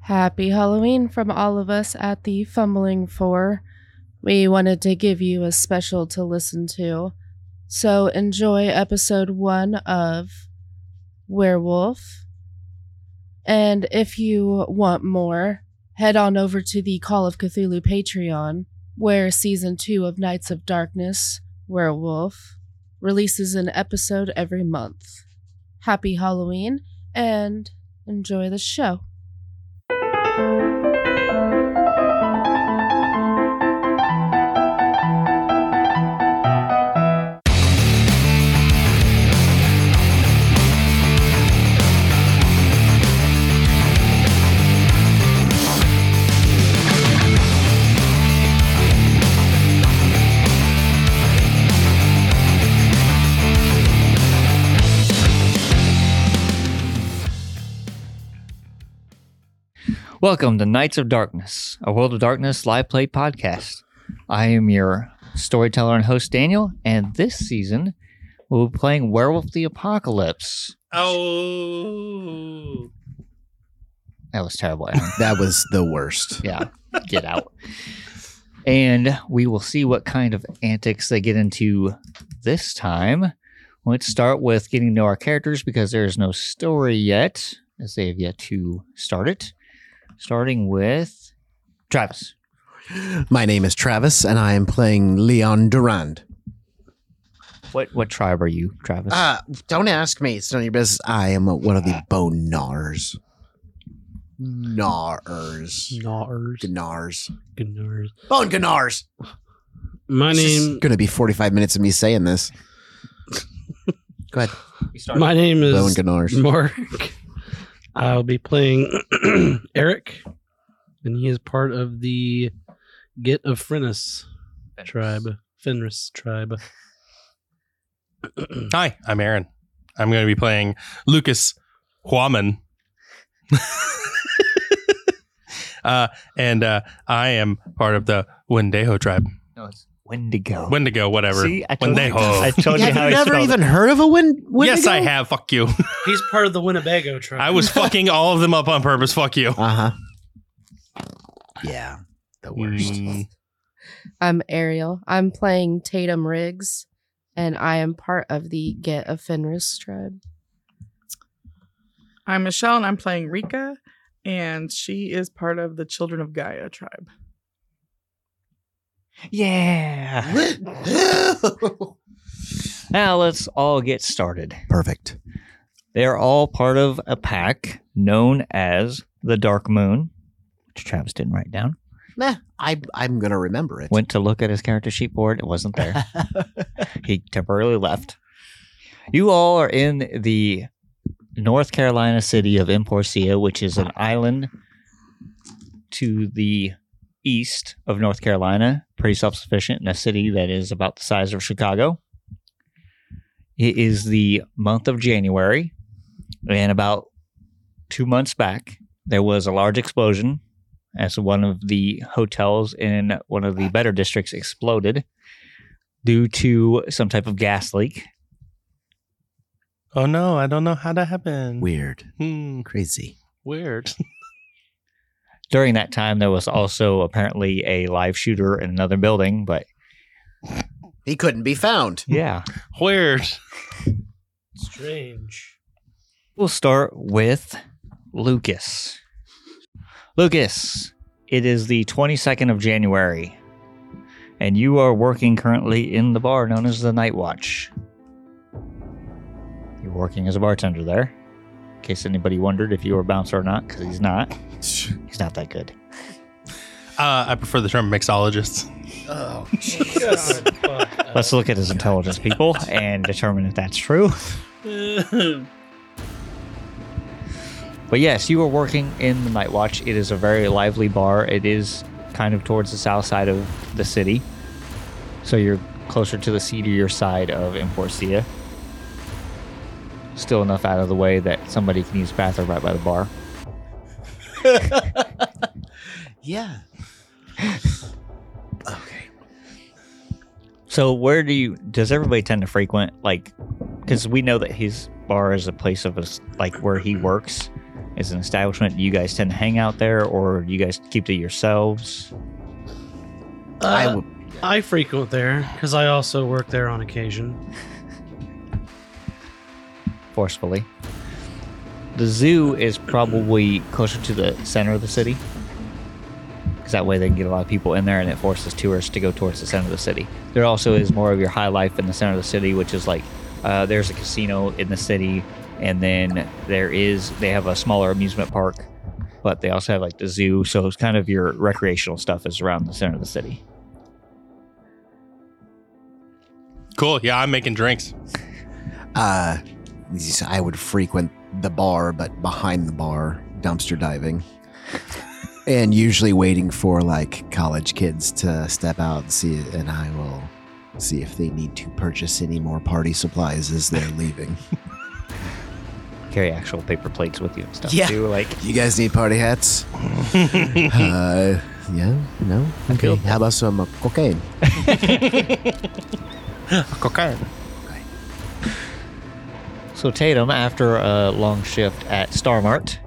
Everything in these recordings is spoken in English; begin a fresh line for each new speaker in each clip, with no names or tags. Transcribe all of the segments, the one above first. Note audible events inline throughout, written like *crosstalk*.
Happy Halloween from all of us at the Fumbling Four. We wanted to give you a special to listen to. So enjoy episode one of Werewolf. And if you want more, head on over to the Call of Cthulhu Patreon, where season two of Knights of Darkness, Werewolf, releases an episode every month. Happy Halloween and enjoy the show.
Welcome to Knights of Darkness, a World of Darkness live play podcast. I am your storyteller and host, Daniel, and this season we'll be playing Werewolf the Apocalypse.
Oh,
That was terrible. Aaron.
*laughs* That was the worst.
yeah, get out. And we will see what kind of antics they get into this time. Let's start with getting to know our characters because there is no story yet, as they have yet to start it. Starting with Travis.
My name is Travis, and I am playing Leon Durand.
What what tribe are you, Travis?
Uh, don't ask me. It's none of your business. I am one of the Bonars. Gnars.
gnars,
Gnars.
gnars.
Bone Gnars.
My
This is
name,
going to be 45 minutes of me saying this. Go ahead.
my name
Bone
is
Gnars.
Mark. *laughs* I'll be playing *clears throat* Eric, and he is part of the Get of Fenris tribe. Fenris tribe.
Hi, I'm Aaron. I'm going to be playing Lucas Huaman. *laughs* uh, and uh, I am part of the Wendigo tribe.
No, it's Wendigo.
Wendigo, whatever.
See, I told,
Wendigo.
I told you
Have
how
you
I
never
spelled
even heard of a win?
yes, I have. Fuck you.
*laughs* He's part of the Winnebago tribe.
I was fucking all of them up on purpose. Fuck you.
Uh huh. Yeah. The worst.
Mm.
I'm Ariel. I'm playing Tatum Riggs, and I am part of the Get a Fenris tribe.
I'm Michelle and I'm playing Rika, and she is part of the Children of Gaia tribe.
it. Yeah.
Uh-huh. *laughs*
Now let's all get started.
Perfect.
They are all part of a pack known as the Dark Moon, which Travis didn't write down.
Nah, I, I'm going to remember it.
Went to look at his character sheet board. It wasn't there. he temporarily left. You all are in the North Carolina city of Emporcia, which is an island to the east of North Carolina, pretty self sufficient in a city that is about the size of Chicago. It is the month of January, and about two months back, there was a large explosion as one of the hotels in one of the better districts exploded due to some type of gas leak.
Oh, no. I don't know how that happened.
Weird.
Hmm,
Crazy.
weird.
During that time, there was also apparently a live shooter in another building, but
He couldn't be found.
yeah.
Weird.
strange.
We'll start with Lucas. Lucas, it is the 22nd of January, and you are working currently in the bar known as the Night Watch. You're working as a bartender there, in case anybody wondered if you were a bouncer or not, because he's not. He's not that good.
Uh, I prefer the term mixologist.
Oh,
*laughs* God, fuck.
Let's look at his intelligence, people, and determine if that's true. But yes, you are working in the Night Watch. It is a very lively bar. It is kind of towards the south side of the city. So you're closer to the seedier side of Emporcia. Still enough out of the way that somebody can use the bathroom right by the bar.
yeah. Okay.
So where do you does everybody tend to frequent like cuz we know that his bar is a place of us like where he works. Is an establishment you guys tend to hang out there, or you guys keep to yourselves?
I
I,
w-
I frequent there because I also work there on occasion.
forcefully. The zoo is probably closer to the center of the city. Because that way they can get a lot of people in there and it forces tourists to go towards the center of the city. There also is more of your high life in the center of the city, which is like uh, there's a casino in the city, and then there is, they have a smaller amusement park, but they also have like the zoo. So it's kind of your recreational stuff is around the center of the city.
Cool. Yeah, I'm making drinks.
uh, yes, I would frequent the bar, but behind the bar, dumpster diving. And usually waiting for like college kids to step out and see it, and I will see if they need to purchase any more party supplies as they're leaving.
Carry actual paper plates with you and stuff
Yeah.
too. Like,
You guys need party hats? uh, yeah, no? Okay. How about some uh, cocaine?
Cocaine.
So Tatum, after a long shift at Starmart,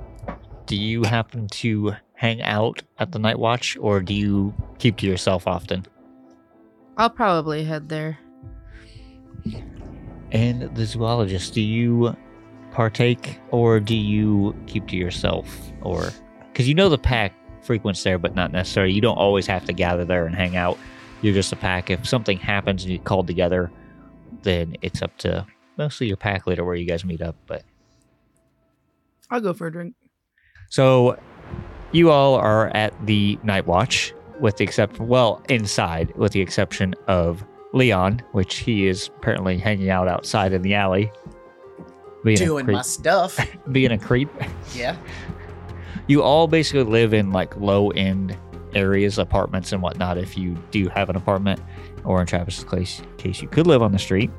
do you happen to hang out at the Night Watch, or do you keep to yourself often?
I'll probably head there.
And the zoologist, do you partake, or do you keep to yourself, or because you know the pack frequents there, but not necessarily. You don't always have to gather there and hang out. You're just a pack. If something happens and you called together, then it's up to mostly your pack leader where you guys meet up, but.
I'll go for a drink.
So you all are at the night watch with the exception well inside with the exception of Leon, which he is apparently hanging out outside in the alley. Being a creep,
stuff.
being a creep.
Yeah.
You all basically live in like low end areas, apartments and whatnot if you do have an apartment or in Travis's case case you could live on the street.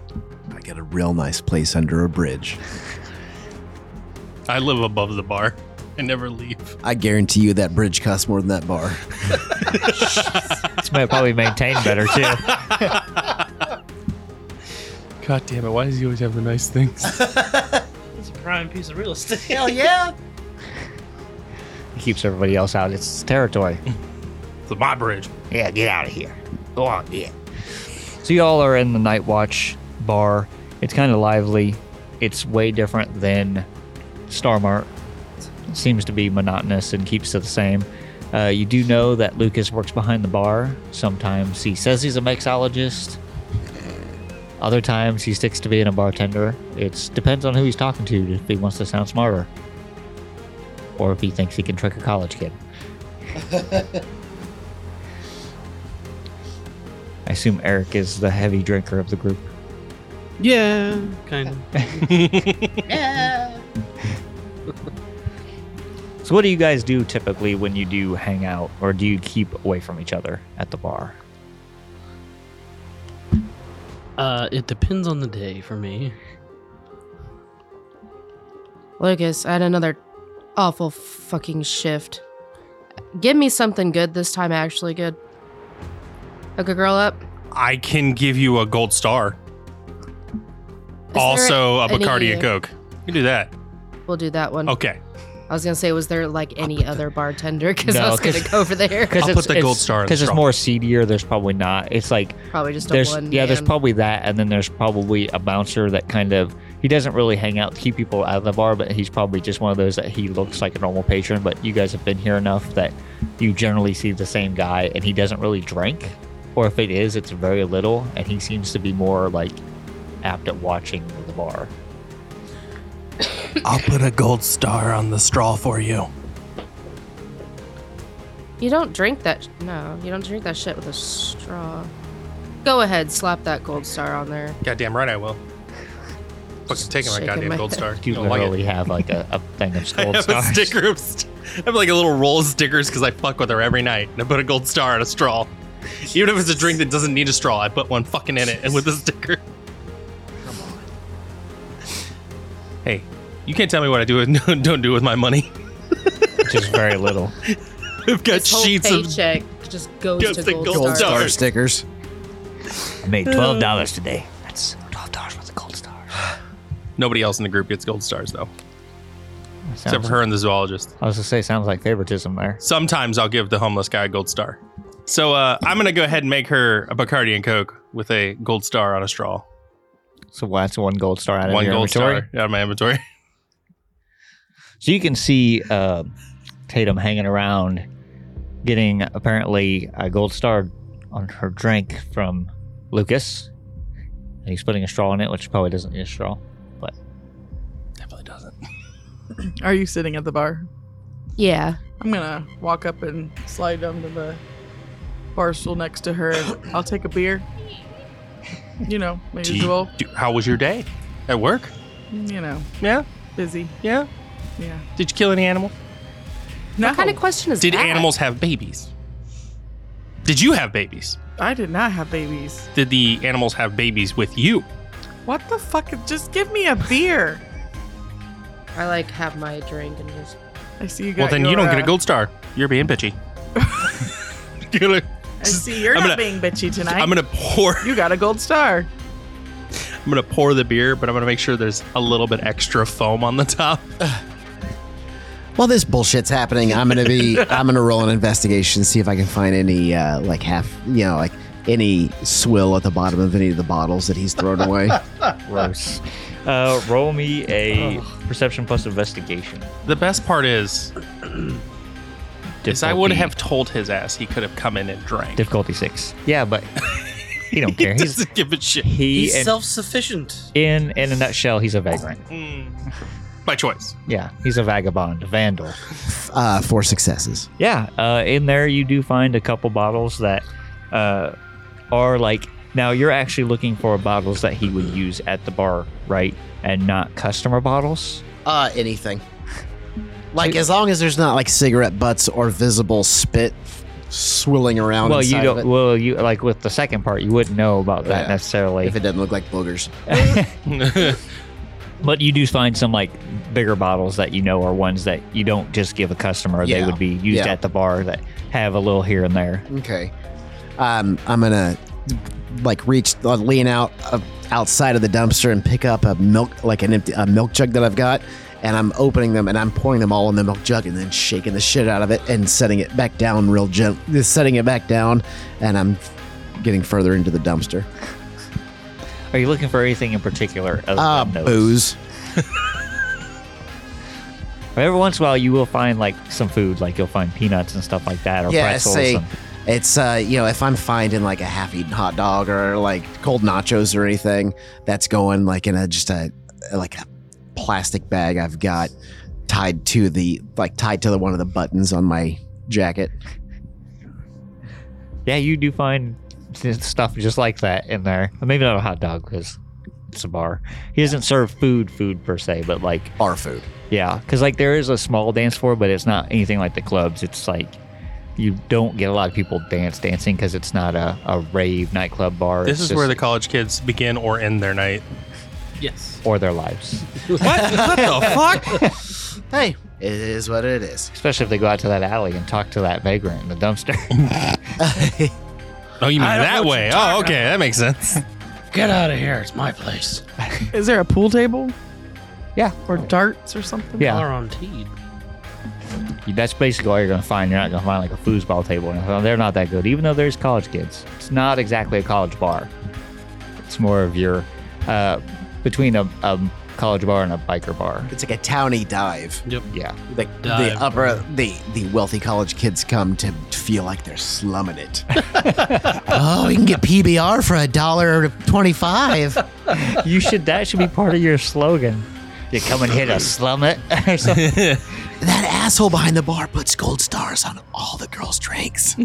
*laughs* I got a real nice place under a bridge.
I live above the bar. I never leave.
I guarantee you that bridge costs more than that bar.
It's might probably maintain better too.
God damn it. Why does he always have the nice things?
It's a prime piece of real
*laughs*
estate.
yeah.
It keeps everybody else out. It's territory.
the my bridge.
Yeah, get out of here. Go on, yeah. So y'all are in the Night Watch bar. It's kind of lively. It's way different than Starmart. It seems to be monotonous and keeps to the same. Uh, you do know that Lucas works behind the bar. Sometimes he says he's a mixologist. Other times he sticks to being a bartender. It depends on who he's talking to if he wants to sound smarter, or if he thinks he can trick a college kid. I assume Eric is the heavy drinker of the group.
Yeah, kind of.
So, what do you guys do typically when you do hang out, or do you keep away from each other at the bar?
Uh, it depends on the day for me.
Lucas, I had another awful fucking shift. Give me something good this time, actually good. Hook a girl up.
I can give you a gold star.
there
also a
any-
Bacardi and Coke. You can do that.
We'll do that one.
Okay.
I was gonna say, was there like any other bartender? *laughs* Because I
No,
was gonna
'cause-
go over there.
I'll
it's-
put the gold
it's-
star in the
it's
straw.
more seedier. There's probably not. It's like
Probably just a
there's
one.
yeah, there's
man.
probably that, and then there's probably a bouncer that kind of he doesn't really hang out to keep people out of the bar, but he's probably just one of those that he looks like a normal patron. But you guys have been here enough that you generally see the same guy, and he doesn't really drink, or if it is, it's very little, and he seems to be more like apt at watching the bar.
I'll put a gold star on the straw for you.
You don't drink that. sh- No, you don't drink that shit with a straw. Go ahead, slap that gold star on there.
Goddamn right I will. Fucking taking my
shaking
goddamn
my
gold
head.
star.
You
don't like it. *laughs*
literally have like a, a thing of
I
gold
have
stars.
a sticker. Of st- I have like a little roll of stickers because I fuck with her every night. And I put a gold star on a straw. Even if it's a drink that doesn't need a straw, I put one fucking in it and with a sticker. Come on. Hey, you can't tell me what I do with, *laughs* don't do with my money.
Just very little.
I've got
This whole
sheets of.
paycheck just goes
Gets
to
the
gold,
gold
stars.
star.
Star stickers.
I made
Uh.
twelve dollars today. That's twelve dollars worth of gold stars.
Nobody else in the group gets gold stars though. Except for her and the zoologist.
I was gonna say, sounds like favoritism there.
Sometimes I'll give the homeless guy a gold star. So uh, I'm going to go ahead and make her a Bacardi and Coke with a gold star on a straw.
So well, that's one gold star out of
One
your
gold
inventory.
star out of my inventory. *laughs*
So you can see uh, Tatum hanging around, getting apparently a gold star on her drink from Lucas. And he's putting a straw in it, which probably doesn't need a straw.
Definitely doesn't.
Are you sitting at the bar?
Yeah.
I'm gonna walk up and slide onto the bar stool next
*coughs*
to her. I'll take a beer. You know, my
Do you-
usual.
do- how was your day? At work?
You know,
Yeah?
busy.
Yeah?
Yeah.
Did you kill any animal?
No,
What kind of question is
Oh. Did
Ah.
that?
animals have babies? Did you have babies?
I did not have babies.
Did the animals have babies with you?
What the fuck? Just give me a beer.
I like have my drink and just.
I see you got.
Well, then
your,
you don't get
uh,
a gold star. You're being bitchy. *laughs* You're gonna-
I see you're
I'm
not
gonna-
being bitchy tonight.
I'm gonna pour.
you got a
*laughs*
gold star.
I'm gonna pour the beer, but I'm gonna make sure there's a little bit extra foam on the top. *laughs*
While this bullshit's happening, I'm
*laughs*
gonna be I'm gonna roll an investigation, see if I can find any uh, like half you know, like any swill at the bottom of any of the bottles that he's
*laughs*
thrown away.
Gross. uh, roll me a perception plus investigation.
The best part is, is I would
Difficulty-
have told his ass he could have come in and drank.
difficulty six. Yeah, but *laughs* he don't
*laughs*
care.
he
He's
doesn't give a shit.
he
He's
and
self sufficient.
in in a nutshell, he's a vagrant.
Mm. By *laughs* choice.
Yeah, he's a vagabond, a vandal.
Uh, four successes.
Yeah, uh, in there you do find a couple bottles that uh, are like. Now you're actually looking for bottles that he would use at the bar, right? And not customer bottles.
Uh anything. Like as long as there's not like cigarette butts or visible spit swilling around
well, you
inside
don't.
of it,
Well, you like with the second part, you wouldn't know about that
Yeah.
necessarily.
if it doesn't look like boogers.
But you do find some like bigger bottles that you know are ones that you don't just give a customer. They
Yeah.
would be used
Yeah.
at the bar that have a little here and there.
Okay. Um, I'm gonna like reach, uh, lean out uh, outside of the dumpster and pick up a milk, like an empty a milk jug that I've got, and I'm opening them and I'm pouring them all in the milk jug and then shaking the shit out of it and setting it back down real gently, setting it back down, and I'm getting further into the dumpster.
Are you looking for anything in particular? other
Ah,
than those?
booze.
Every once in a while, you will find like some food, like you'll find peanuts and stuff like that, or
Yeah,
pretzels.
say-
and-
It's uh, you know, if I'm finding like a half-eaten hot dog or like cold nachos or anything, that's going like in a just a like a plastic bag I've got tied to the like tied to the one of the buttons on my jacket.
yeah, you do find th- stuff just like that in there. Maybe not a hot dog because it's a bar. He doesn't serve food, food per se, but like
Bar food.
yeah, because like there is a small dance floor, but it's not anything like the clubs. It's like you don't get a lot of people dance dancing because it's not a, a rave nightclub bar.
This
It's
is
just-
where the college kids begin or end their night.
Yes.
or their lives,
What? *laughs* what the fuck?
Hey, it is what it is.
especially if they go out to that alley and talk to that vagrant in the dumpster. *laughs*
Oh, you mean
I don't know
that
what
way?
you're
Oh,
talking
okay, that makes sense.
Get out of here. It's my place.
Is there a pool table
yeah,
or darts or something?
Yeah.
Are on teed.
That's basically all you're going to find. You're not going to find like a foosball table. or anything. They're not that good, even though there's college kids. It's not exactly a college bar. It's more of your uh, between a, a college bar and a biker bar.
It's like a towny dive.
Yeah.
Like
Dive.
the upper the the wealthy college kids come to feel like they're slumming it. *laughs* oh, we can get PBR for a dollar twenty five.
You should. That should be part of your slogan. You come and hit a slum it *laughs* or something.
That asshole behind the bar puts gold stars on all the girls' *laughs* drinks.
*laughs*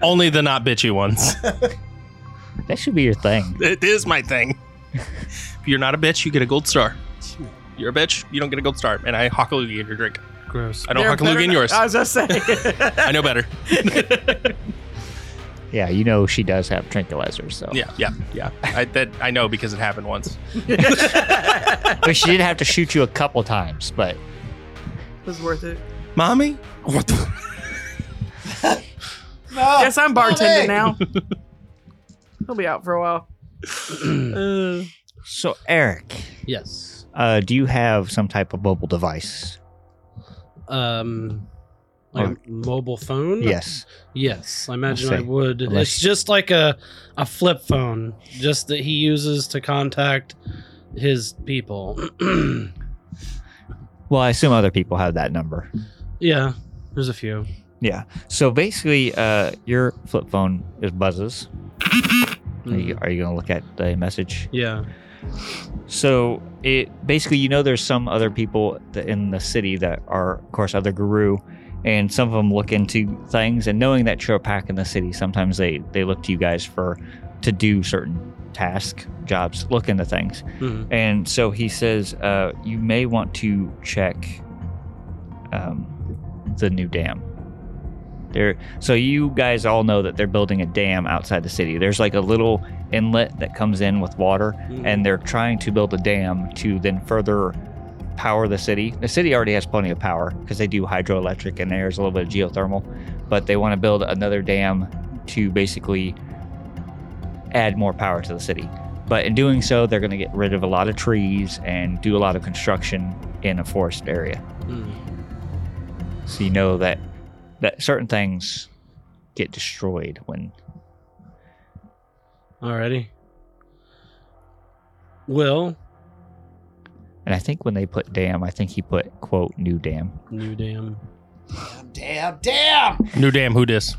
Only the not bitchy ones. *laughs*
That should be your thing.
It is my thing. if you're not a bitch, you get a gold star. You're a bitch, you don't get a gold star. And I hockle you in your drink.
Gross.
I don't hockle you in yours.
I was
*laughs*
just saying.
I know better.
Yeah, you know she does have tranquilizers, so
Yeah, Oh. yeah, yeah. *laughs* I, that I know because it happened once.
But she did have to shoot you a couple times, but
it was worth it.
Mommy? What the?
Guess I'm bartending *laughs* now.
*clears throat*
He'll be out for a while.
so Eric,
Yes.
Uh, do you have some type of mobile device?
Um, like
Or-
a mobile phone?
Yes.
Yes, I imagine
say,
I would.
unless-
It's just like a, a flip phone, just that he uses to contact his people. *clears throat*
Well, I assume other people have that number.
yeah, there's a few.
Yeah. So basically, uh, your flip phone is buzzes. Are you, are you going to look at the message?
Mm. Yeah.
So it basically, you know, there's some other people that in the city that are, of course, other guru, and some of them look into things. And knowing that you're a pack in the city, sometimes they they look to you guys for to do certain task jobs, look into things.
Mhm.
And so he says, uh, you may want to check um, the new dam. There, so you guys all know that they're building a dam outside the city. There's like a little inlet that comes in with water,
Mm.
and they're trying to build a dam to then further power the city. The city already has plenty of power because they do hydroelectric and there's a little bit of geothermal, but they want to build another dam to basically add more power to the city. But in doing so, they're going to get rid of a lot of trees and do a lot of construction in a forest area.
Mm.
So you know that that certain things get destroyed when
Alrighty. Well,
and I think when they put dam, I think he put quote new dam.
new dam.
Damn, damn!
New damn who dis?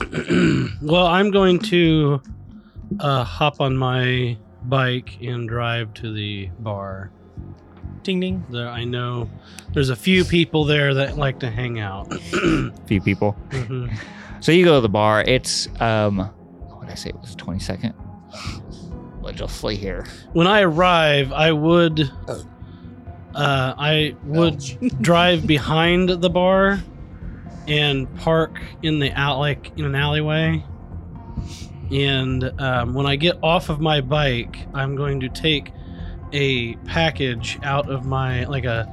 *clears throat* well, I'm going to uh, hop on my bike and drive to the bar.
Ding ding.
There, I know there's a few people there that like to hang out. *clears throat* Mm-hmm.
Few people.
Mhm.
So you go to the bar. It's um, what did I say? It was twenty second. Legislate here.
When I arrive, I would, uh, I would drive behind the bar and park in the out like in an alleyway. And um, when I get off of my bike, I'm going to take a package out of my like a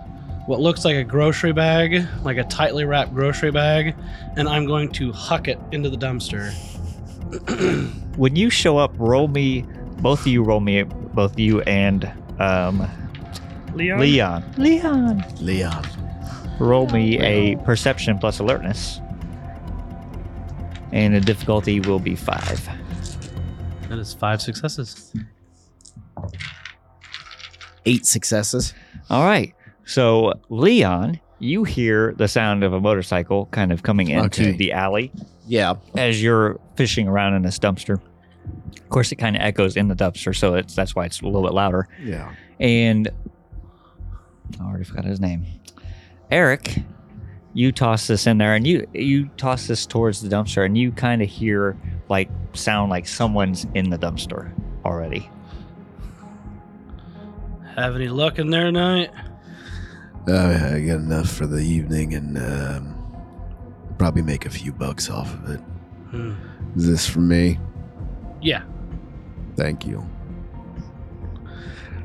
what looks like a grocery bag, like a tightly wrapped grocery bag, and I'm going to huck it into the dumpster.
When you show up, roll me. Both of you roll me. Both you and um, Leon. Leon,
Leon.
roll me a perception plus alertness. And the difficulty will be five.
That is five successes.
Eight successes.
All right. So Leon, you hear the sound of a motorcycle kind of coming into
Okay.
the alley.
Yeah.
as you're fishing around in this dumpster. Of course, it kind of echoes in the dumpster, so it's that's why it's a little bit louder.
Yeah.
And I already forgot his name, Eric. You toss this in there, and you you toss this towards the dumpster, and you kind of hear like sound like someone's in the dumpster already.
Have any luck in there tonight?
Uh, I got enough for the evening and um, probably make a few bucks off of it.
Hmm.
Is this for me?
Yeah.
Thank you.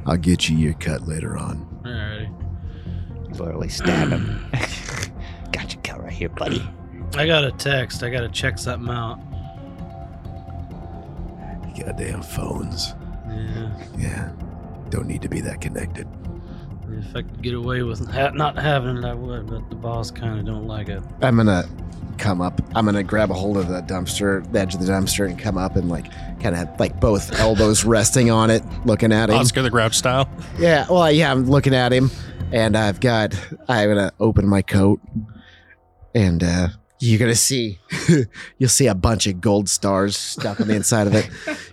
I'll get you your cut later on.
Alrighty.
You literally stab him. Got your cut right here, buddy.
I got a text. I got to check something out.
Goddamn phones.
Yeah.
Yeah. Don't need to be that connected.
If I could get away with ha- not having it, I would, but the boss kind of don't like it.
I'm gonna come up. I'm gonna grab a hold of that dumpster, the edge of the dumpster, and come up and like kind of like both elbows *laughs* resting on it, looking at him.
Oscar the Grouch style.
Yeah, well, yeah, I'm looking at him, and I've got. I'm gonna open my coat, and uh, you're gonna see. *laughs* you'll see a bunch of gold stars stuck on the inside of it.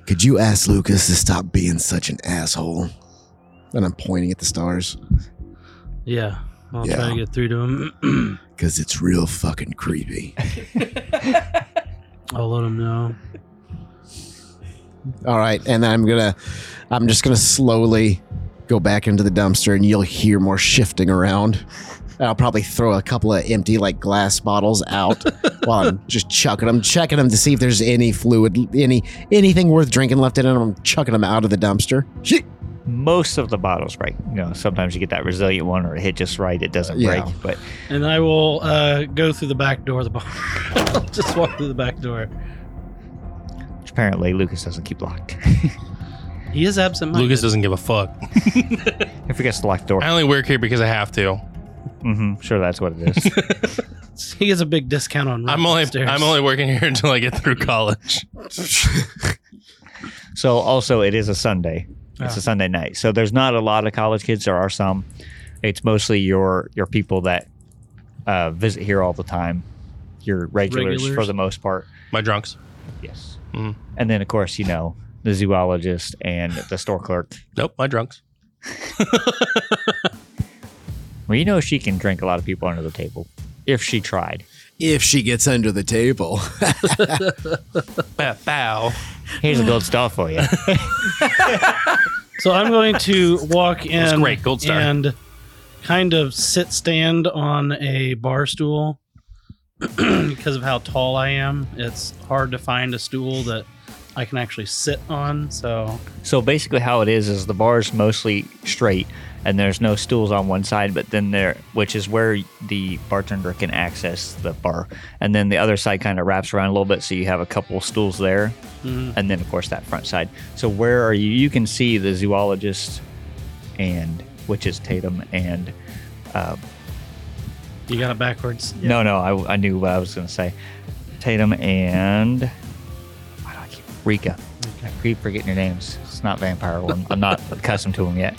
Could you ask Lucas to stop being such an asshole? And I'm pointing at the stars
Yeah. I'll try
Yeah.
to get through to him. *clears throat*
because it's real fucking creepy.
I'll let him know.
All right, and then I'm gonna, I'm just gonna slowly go back into the dumpster, and you'll hear more shifting around. And I'll probably throw a couple of empty like glass bottles out *laughs* while I'm just chucking them, checking them to see if there's any fluid, any anything worth drinking left in it. and I'm chucking them out of the dumpster. Shit.
Most of the bottles break. You know, sometimes you get that resilient one, or it hit just right. It doesn't
Yeah.
break, but
And I will uh, go through the back door of the bar. I'll *laughs* just walk through the back door.
which apparently Lucas doesn't keep locked.
He is absent minded.
Lucas doesn't give a fuck.
I forgets to lock the door.
I only wear here because I have to.
Mm-hmm. Sure, that's what it is.
He gets a big discount on.
I'm
rent
only
upstairs.
I'm only working here *laughs* until I get through college.
so also, it is a Sunday. It's a Sunday night. So there's not a lot of college kids. There are some. It's mostly your your people that uh, visit here all the time. Your regulars,
Regulars.
for the most part.
My drunks.
Yes.
Mhm.
And then of course you know the zoologist and the store clerk.
Nope, my drunks.
Well, you know she can drink a lot of people under the table if she tried.
If she gets under the table.
Bow, bow.
Here's a gold star for you.
So I'm going to
*laughs*
walk in.
was great, gold star.
And kind of sit stand on a bar stool *clears throat* because of how tall I am. It's hard to find a stool that I can actually sit on. So
So basically, how it is is the bar is mostly straight, and there's no stools on one side, but then there, which is where the bartender can access the bar, and then the other side kind of wraps around a little bit, so you have a couple stools there,
mm,
and then of course that front side. So where are you? You can see the zoologist, and which is Tatum and. Uh,
you got it backwards.
No, no, I, I knew what I was going to say. Tatum and why do I keep Rika? I keep forgetting your names. It's not vampire one. I'm
*laughs*
not accustomed to them yet.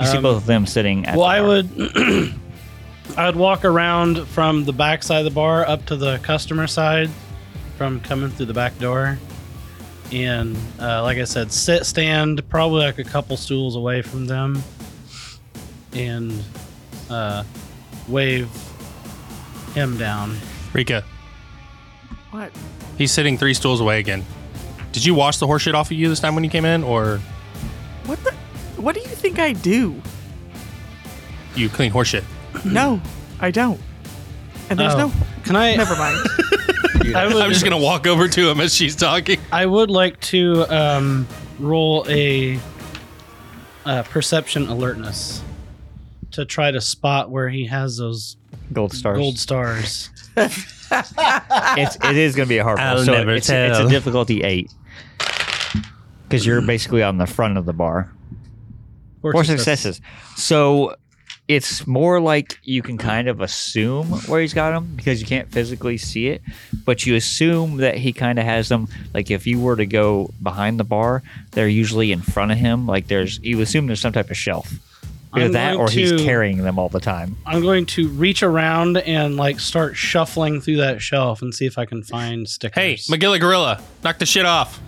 You see
Um,
both of them sitting. At
Well,
the
I
bar.
would. *clears throat* I would walk around from the back side of the bar up to the customer side from coming through the back door. And uh, like I said, sit, stand, probably like a couple stools away from them. And uh, wave him down.
Rika,
What?
he's sitting three stools away again. Did you wash the horseshit off of you this time when you came in, or
What the? What do you think I do?
you clean horseshit?
No, I don't. And there's
Oh.
no.
Can I?
Never mind.
I would,
I'm just gonna walk over to him as she's talking.
I would like to um, roll a uh, perception alertness to try to spot where he has those
gold stars.
gold stars.
It's, it is going to be a hard
I'll
one. So
never
it's, a- it's a
tell.
difficulty eight because you're basically on the front of the bar.
Four
Four successes. So it's more like you can kind of assume where he's got them because you can't physically see it, but you assume that he kind of has them. Like if you were to go behind the bar, they're usually in front of him. Like there's, you assume there's some type of shelf. Either
I'm
that
going
or he's
to-
carrying them all the time.
I'm going to reach around and like start shuffling through that shelf and see if I can find
Hey,
stickers.
McGilla Gorilla, knock the shit off.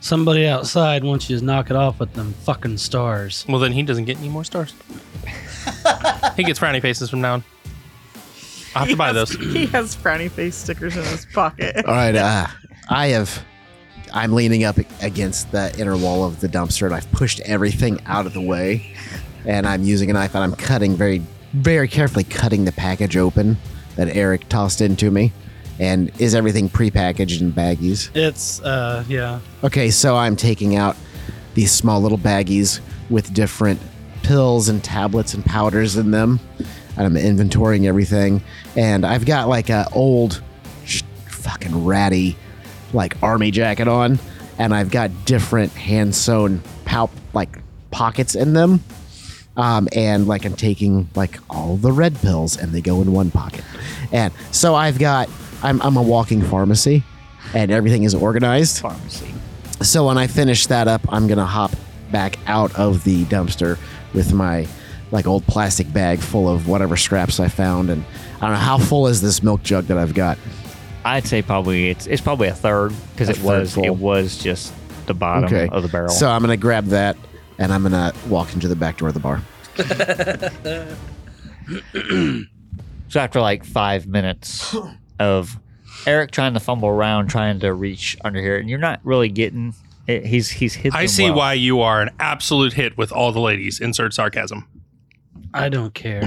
somebody outside wants you to knock it off with them fucking stars.
Well, then he doesn't get any more stars. he gets frowny faces from now on. I have to *laughs* buy
has-
those.
*laughs* He has frowny face stickers in his pocket.
All right, uh, I have. I'm leaning up against the inner wall of the dumpster, and I've pushed everything out of the way. And I'm using a knife, and I'm cutting very, very carefully, cutting the package open that Eric tossed into me. And is everything prepackaged in baggies?
It's uh yeah.
Okay, so I'm taking out these small little baggies with different pills and tablets and powders in them, and I'm inventorying everything. And I've got like a old, sh- fucking ratty, like army jacket on, and I've got different hand sewn pow like pockets in them. Um, and like I'm taking like all the red pills and they go in one pocket. And so I've got I'm I'm a walking pharmacy and everything is organized.
Pharmacy.
So when I finish that up, I'm gonna hop back out of the dumpster with my like old plastic bag full of whatever scraps I found, and I don't know how full is this milk jug that I've got.
I'd say probably it's it's probably a third because
A
it was
third full.
it was just the bottom
Okay.
of the barrel.
So I'm gonna grab that, and I'm gonna walk into the back door of the bar.
So after like five
*clears throat*
minutes of Eric trying to fumble around, trying to reach under here, and you're not really getting it, he's he's hit.
I
them
see
well.
why you are an absolute hit with all the ladies. Insert sarcasm.
I
*clears throat*
don't care.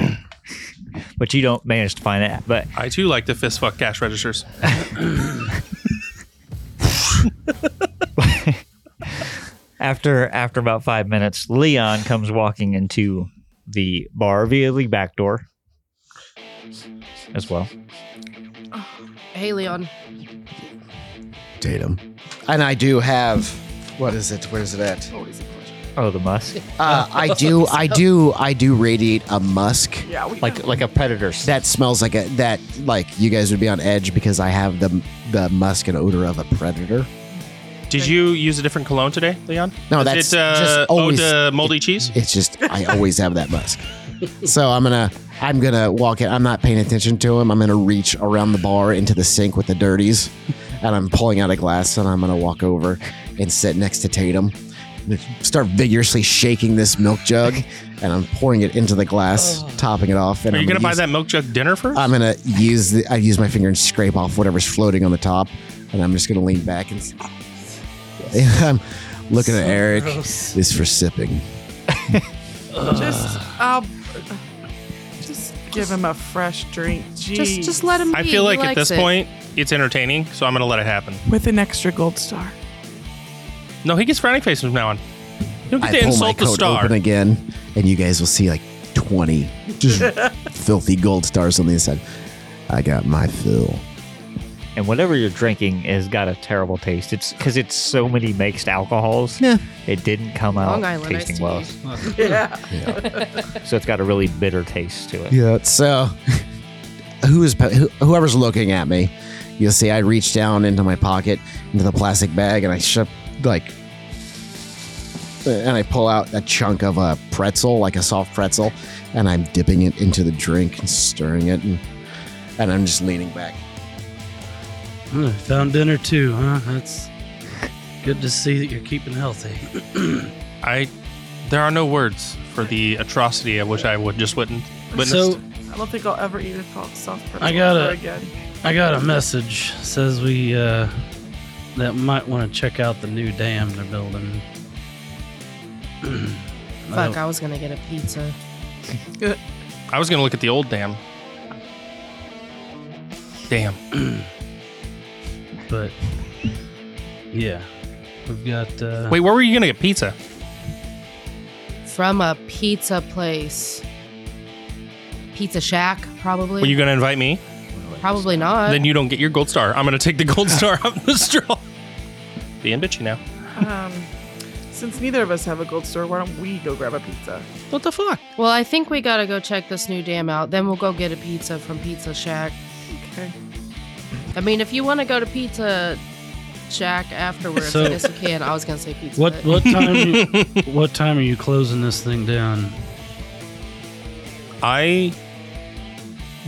but you don't manage to find it. But
I too like to fist fuck cash registers.
after after about five minutes, Leon comes walking into the bar via the back door as well.
Hey, Leon.
Tatum, And I do have what is it? Where is it at?
Oh, the musk,
Uh, I do, I do, I do radiate a musk
Yeah, we
like like a predator. scent.
that smells like a that like you guys would be on edge because I have the the musk and odor of a predator.
Did you use a different cologne today, Leon?
No,
Is
that's
it, uh,
just always.
Ode to moldy cheese.
It's just I always have
*laughs*
that musk. So I'm gonna I'm gonna walk it. I'm not paying attention to him. I'm gonna reach around the bar into the sink with the dirties, and I'm pulling out a glass and I'm gonna walk over and sit next to Tatum. Start vigorously shaking this milk jug, and I'm pouring it into the glass, topping it off. And
Are you
I'm
gonna buy
use-
that milk jug dinner first?
I'm gonna use the, I use my finger and scrape off whatever's floating on the top, and I'm just gonna lean back and. s- *laughs* I'm looking at Eric. This for sipping.
uh.
just I'll just give him a fresh drink. Jeez.
Just, just let him.
I
be.
feel
He
like at
likes
this
it.
point it's entertaining, so I'm gonna let it happen.
with an extra gold star.
No, he gets frowny face from now on. You don't get
I
to
pull my
insult the
coat
star.
open again, and you guys will see like twenty
*laughs*
just filthy gold stars on the inside. I got my fill.
and whatever you're drinking has got a terrible taste. It's because it's so many mixed alcohols.
Yeah.
It didn't come out
Long Island iced
tasting
tea.
well,
*laughs*
Yeah.
so it's got a really bitter taste to it.
Yeah. So, who is pe- who- whoever's looking at me? You'll see. I reach down into my pocket, into the plastic bag, and I shove like, and I pull out a chunk of a pretzel, like a soft pretzel, and I'm dipping it into the drink and stirring it, and and I'm just leaning back.
Hmm, found dinner too, huh? That's good to see that you're keeping healthy.
I. There are no words for the atrocity of which I would just wouldn't. Witnessed.
So
I don't think I'll ever eat a soft soft pretzel
I gotta-
ever again.
I got a message says we uh, that might want to check out the new dam they're building.
Fuck, I was gonna get a pizza.
I was gonna look at the old dam. *clears throat* Damn.
but yeah, we've got. Uh,
Wait, where were you gonna get pizza?
From a pizza place. Pizza Shack, probably.
Were you gonna invite me?
probably not.
Then you don't get your gold star. I'm gonna take the *laughs* gold star off the straw. Being bitchy now.
Um, since neither of us have a gold star, why don't we go grab a pizza?
What the fuck?
well, I think we gotta go check this new dam out. Then we'll go get a pizza from Pizza Shack.
Okay.
I mean, if you want to go to Pizza Shack afterwards,
So-
I guess you can. I was gonna say pizza.
what
Hut.
what time? you, what time are you closing this thing down?
I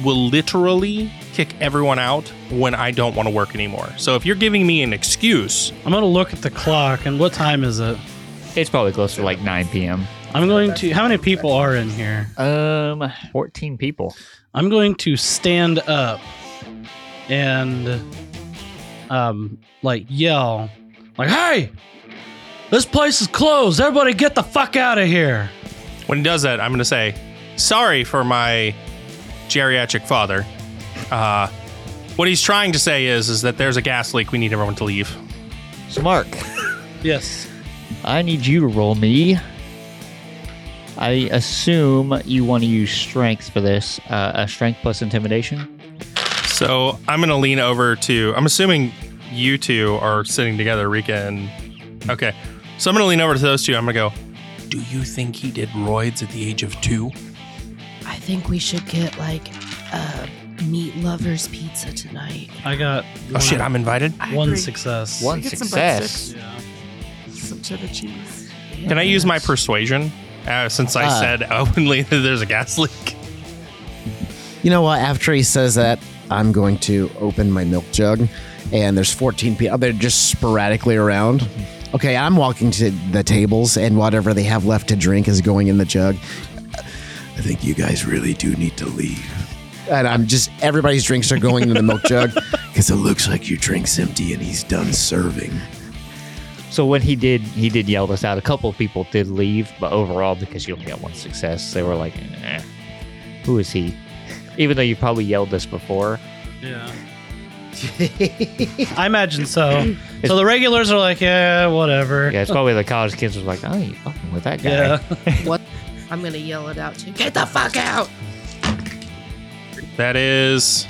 will literally kick everyone out when I don't want to work anymore. So if you're giving me an excuse,
I'm gonna look at the clock and what time is it?
It's probably close to like 9 p.m.
I'm going to. How many people are in here?
Um, 14 people.
I'm going to stand up and um like yell like hey this place is closed everybody get the fuck out of here
when he does that, I'm going to say, sorry for my geriatric father. Uh, what he's trying to say is, is that there's a gas leak. We need everyone to leave.
So, Mark,
yes
I need you to roll me. I assume you want to use strength for this. Uh, a strength plus intimidation.
So I'm going to lean over to, I'm assuming you two are sitting together, Rika and, okay. So I'm going to lean over to those two. I'm going to go, do you think he did roids at the age of two?
I think we should get like a meat lovers pizza tonight.
i got
Oh
one-
shit, I'm invited.
I
one
agree.
success
One
Get some
success.
yeah
Some cheddar cheese.
Can I use my persuasion uh, since I
Uh.
said *laughs* openly that there's a gas leak?
You know what? After he says that, I'm going to open my milk jug, and there's 14 people. They're just sporadically around. Okay, I'm walking to the tables, and whatever they have left to drink is going in the jug. I think you guys really do need to leave. And I'm just, everybody's drinks are going into the milk jug because it looks like your drink's empty and he's done serving.
So when he did, he did yell this out. A couple of people did leave, but overall, because you only got one success, they were like, eh, "Who is he?" *laughs* Even though you probably yelled this before.
*laughs*
yeah i imagine so so the regulars are like yeah whatever
Yeah, it's probably the college kids was like, "Oh, you fucking with that guy."
yeah
What? I'm gonna yell it out too. Get the fuck out!
That is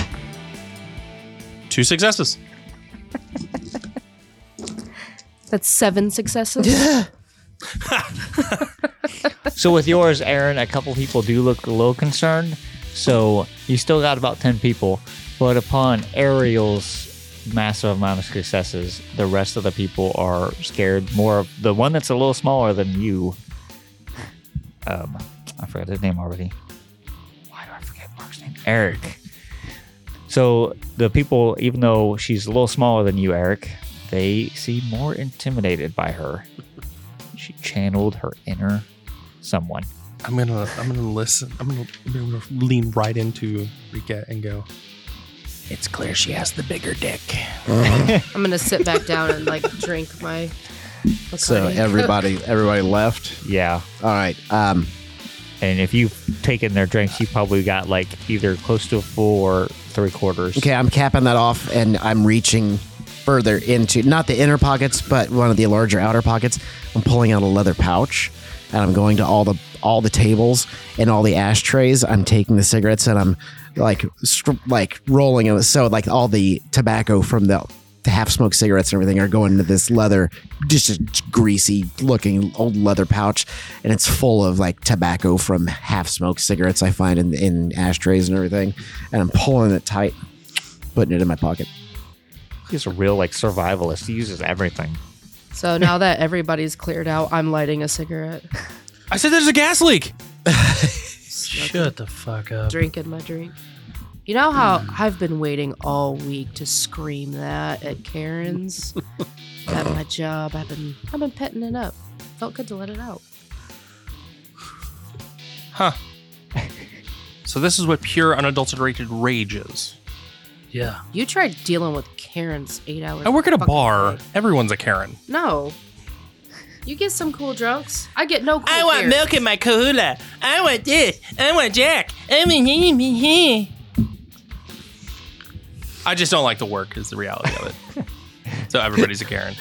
two successes.
That's seven successes.
So with yours, Aaron, a couple people do look a little concerned. So you still got about ten people, but upon Ariel's massive amount of successes, the rest of the people are scared more. of The one that's a little smaller than you, um, I forgot his name already. Why do I forget Mark's name? Eric. So the people, even though she's a little smaller than you, Eric, they seem more intimidated by her. She channeled her inner someone.
I'm gonna I'm gonna listen. I'm gonna, I'm gonna lean right into Rika and go. It's clear she has the bigger dick.
I'm gonna sit back down and like drink my.
so
Bacardi.
everybody, everybody left.
Yeah.
All right. Um,
And if you've taken their drinks, you probably got like either close to a full or three quarters.
okay, I'm capping that off, and I'm reaching further into not the inner pockets, but one of the larger outer pockets. I'm pulling out a leather pouch, and I'm going to all the all the tables and all the ashtrays. I'm taking the cigarettes, and I'm like str- like rolling them. So like all the tobacco from the the half smoked cigarettes and everything are going into this leather, just a greasy looking old leather pouch, and it's full of like tobacco from half smoked cigarettes I find in, in ashtrays and everything. And I'm pulling it tight, putting it in my pocket.
He's a real like survivalist. He uses everything.
So now that everybody's cleared out, I'm lighting a cigarette,
I said there's a gas leak.
Shut the fuck up.
drinking my drink. You know how I've been waiting all week to scream that at Karen's, at my job. I've been I've been petting it up. Felt good to let it out.
Huh. So this is what pure unadulterated rage is.
Yeah.
You tried dealing with Karen's eight hours.
I work at a
fucking
bar.
day.
Everyone's a Karen.
No. You get some cool drunks. I get no cool here.
in my kahula. I want this. I want Jack. I mean,
I just don't like to work is the reality of
*laughs*
it. so everybody's a Karen.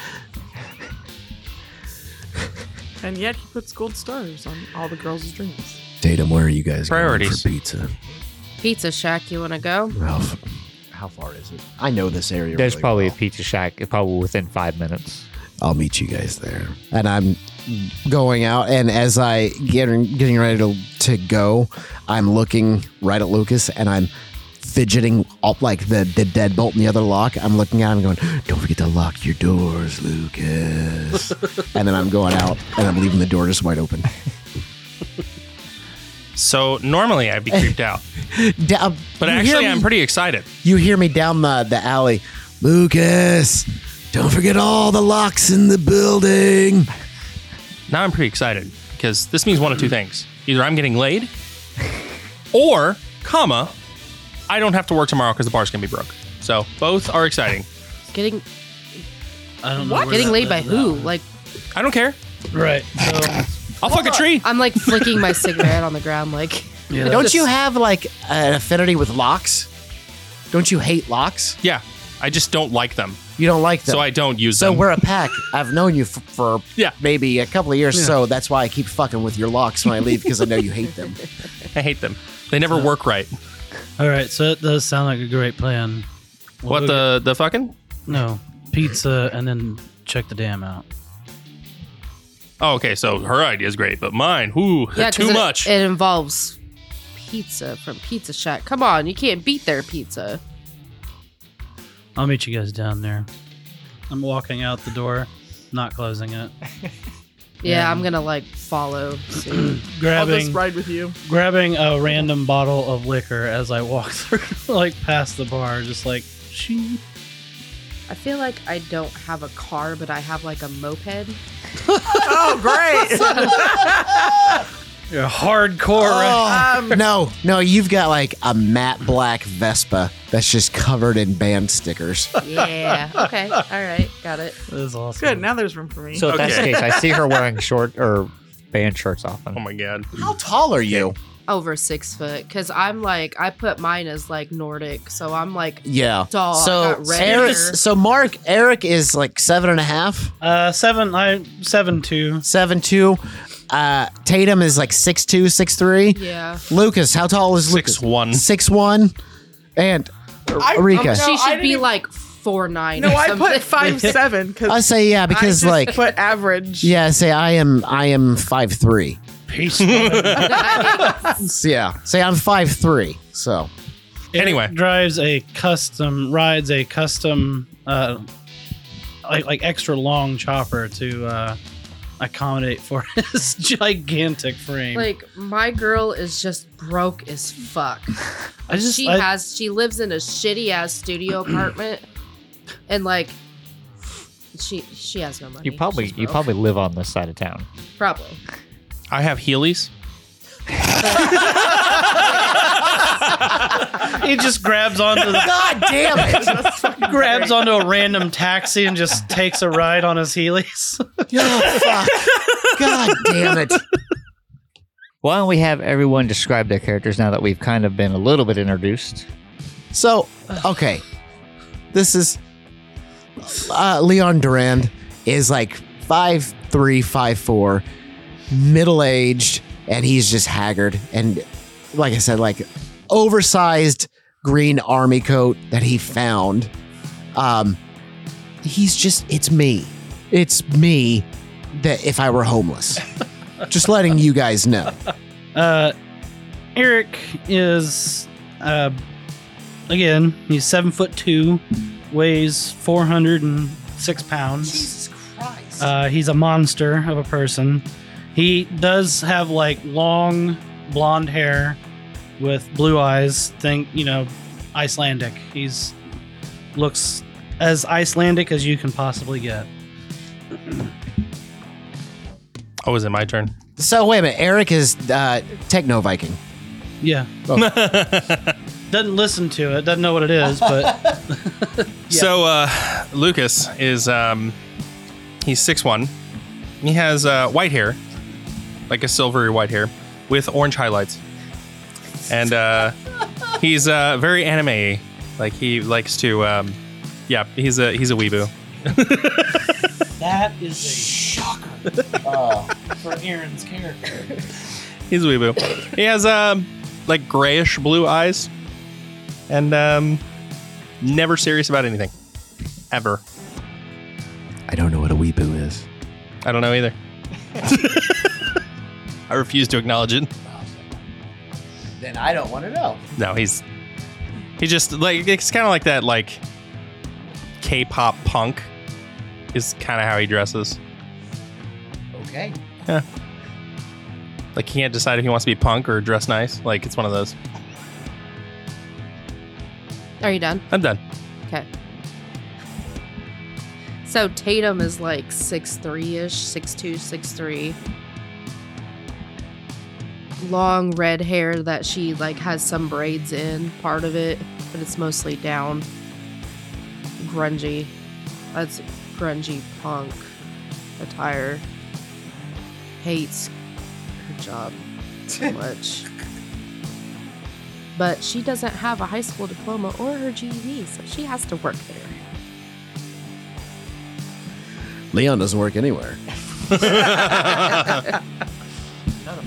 And yet he puts gold stars on all the girls' drinks.
Tatum, where are you guys
going for Priorities.
pizza?
Pizza Shack, you want to go?
Ralph, how far is it? I know this area.
There's
really
probably a
well.
pizza shack uh, probably within five minutes.
I'll meet you guys there. And I'm going out, and as I getting getting ready to to go, I'm looking right at Lucas, and I'm fidgeting up like the the deadbolt in the other lock. I'm looking at him, going, "Don't forget to lock your doors,
*laughs*
Lucas." and then I'm going out, and I'm leaving the door just wide open.
So normally I'd be creeped out,
Down,
but
*laughs* you hear
actually
me-
I'm pretty excited.
You hear me down the the alley, Lucas. Don't forget all the locks in the building.
Now I'm pretty excited because this means one of two things: either I'm getting
*laughs*
laid, or comma, I don't have to work tomorrow because the bar's gonna be broke. So both are exciting.
Getting
I don't know.
what?
where
Getting
that
laid by
led to
who?
that.
Like
I don't care.
Right. So
I'll fuck a tree.
I'm like flicking my cigarette on the ground. Like
yeah,
Don't
that's-
you have like an affinity with locks? Don't you hate locks?
Yeah, I just don't like them,
You don't like them.
so I don't use
So
them.
we're a pack. I've known you f- for
*laughs* Yeah.
maybe a couple of years, so that's why I keep fucking with your locks when I leave because I know you hate them. *laughs*
I hate them. They never work right.
All right. So it does sound like a great plan. We'll
What
go
the the fucking?
get- no pizza and then check the dam out.
Oh, okay. So her idea is great, but mine, whoo,
'cause
too
it,
much.
It involves pizza from Pizza Shack. Come on, you can't beat their pizza.
I'll meet you guys down there. I'm walking out the door, not closing it.
Yeah,
Yeah.
I'm gonna like follow. Soon.
I'll
Grabbing
just ride with you.
grabbing a random bottle of liquor as I walk *laughs* through, like past the bar, just like. shing.
*clears throat* I feel like I don't have a car, but I have like a moped. *laughs*
Oh, great!
You're hardcore.
um,
no, no, you've got like a matte black Vespa that's just covered in band stickers.
Yeah. okay. All right. Got it.
This is awesome.
*laughs* good. Now there's room for me.
So if that's the
Okay.
case, I see her *laughs* wearing short or band shirts often.
oh my god.
How tall are you?
Over six foot, because I'm like I put mine as like Nordic, so I'm like
Yeah.
Dog,
so
not red
Eric,
hair.
so Mark Eric is like seven and a half,
Uh, seven. I seven two.
seven two. Uh, Tatum is like six two, six three.
yeah.
Lucas, how tall is
Six
Lucas?
one.
Six one. And Rika.
She
I
should be
didn't- e
like four nine.
No,
or
I put
something.
five seven
I
because
say yeah because
I just
like
put average.
yeah, say I am I am five three.
Peace. woman.
Yeah, say I'm five three. So
Eric
Anyway.
drives a custom rides a custom uh like like extra long chopper to uh accommodate for *laughs* his gigantic
*laughs*
frame.
Like my girl is just broke as *laughs* fuck.
I just
she
I,
has she lives in a shitty ass
*clears throat*
studio apartment, and like she she has no money.
You probably
She's
you
broke.
probably live on this side of town.
probably
I have Heelys.
he just grabs onto the
God damn
*laughs*
it!
grabs onto a random taxi and just takes a ride on his heelys.
Oh, fuck. God damn it!
Why don't we have everyone describe their characters now that we've kind of been a little bit introduced?
So, okay. This is uh, Leon Durand is like five three, five four, middle aged, and he's just haggard. And like I said, like oversized green army coat that he found. Um, he's just it's me. It's me that if I were *laughs* homeless. just letting you guys know.
Uh, Eric is, uh, again, he's seven foot two, weighs 406 pounds. Jesus Christ. Uh, he's a monster of a person. He does have like long blonde hair with blue eyes. Think, you know, Icelandic. He's looks as Icelandic as you can possibly get.
Oh, is it my turn?
So wait a minute, Eric is uh, techno Viking.
Yeah. *laughs* Doesn't listen to it, doesn't know what it is, *laughs* but
So uh, Lucas is um, he's six one. He has uh, white hair, like a silvery white hair, with orange highlights, and uh, he's uh, very anime. Like he likes to, um, yeah, he's a he's a weeboo.
that is a shocker uh, for Aaron's character.
He's a weeboo. he has um, like grayish blue eyes, and um, never serious about anything, ever.
I don't know what a weeboo is.
I don't know *laughs* either. I refuse to acknowledge it.
Then I don't want to know.
No, he's he just like it's kind of like that like K-pop punk is kind of how he dresses.
Okay.
Like he can't decide if he wants to be punk or dress nice. Like it's one of those.
Are you done?
I'm done.
Okay. So Tatum is like six three ish, six two, six three. Long red hair that she like has some braids in part of it, but it's mostly down. Grungy. That's grungy punk attire. Hates her job so much. but she doesn't have a high school diploma or her GED, so she has to work there.
Leon doesn't work anywhere.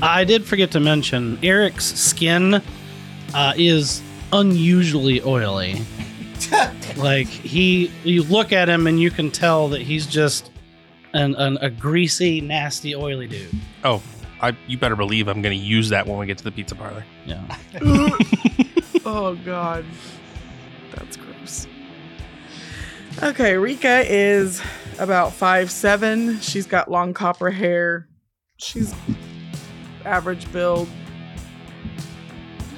I did forget to mention Eric's skin uh, is unusually oily. *laughs* like he, you look at him and you can tell that he's just an, an a greasy, nasty, oily dude.
Oh, I you better believe I'm gonna use that when we get to the pizza parlor.
Yeah.
Oh god. That's gross. Okay, Rika is about five seven. She's got long copper hair. She's average build.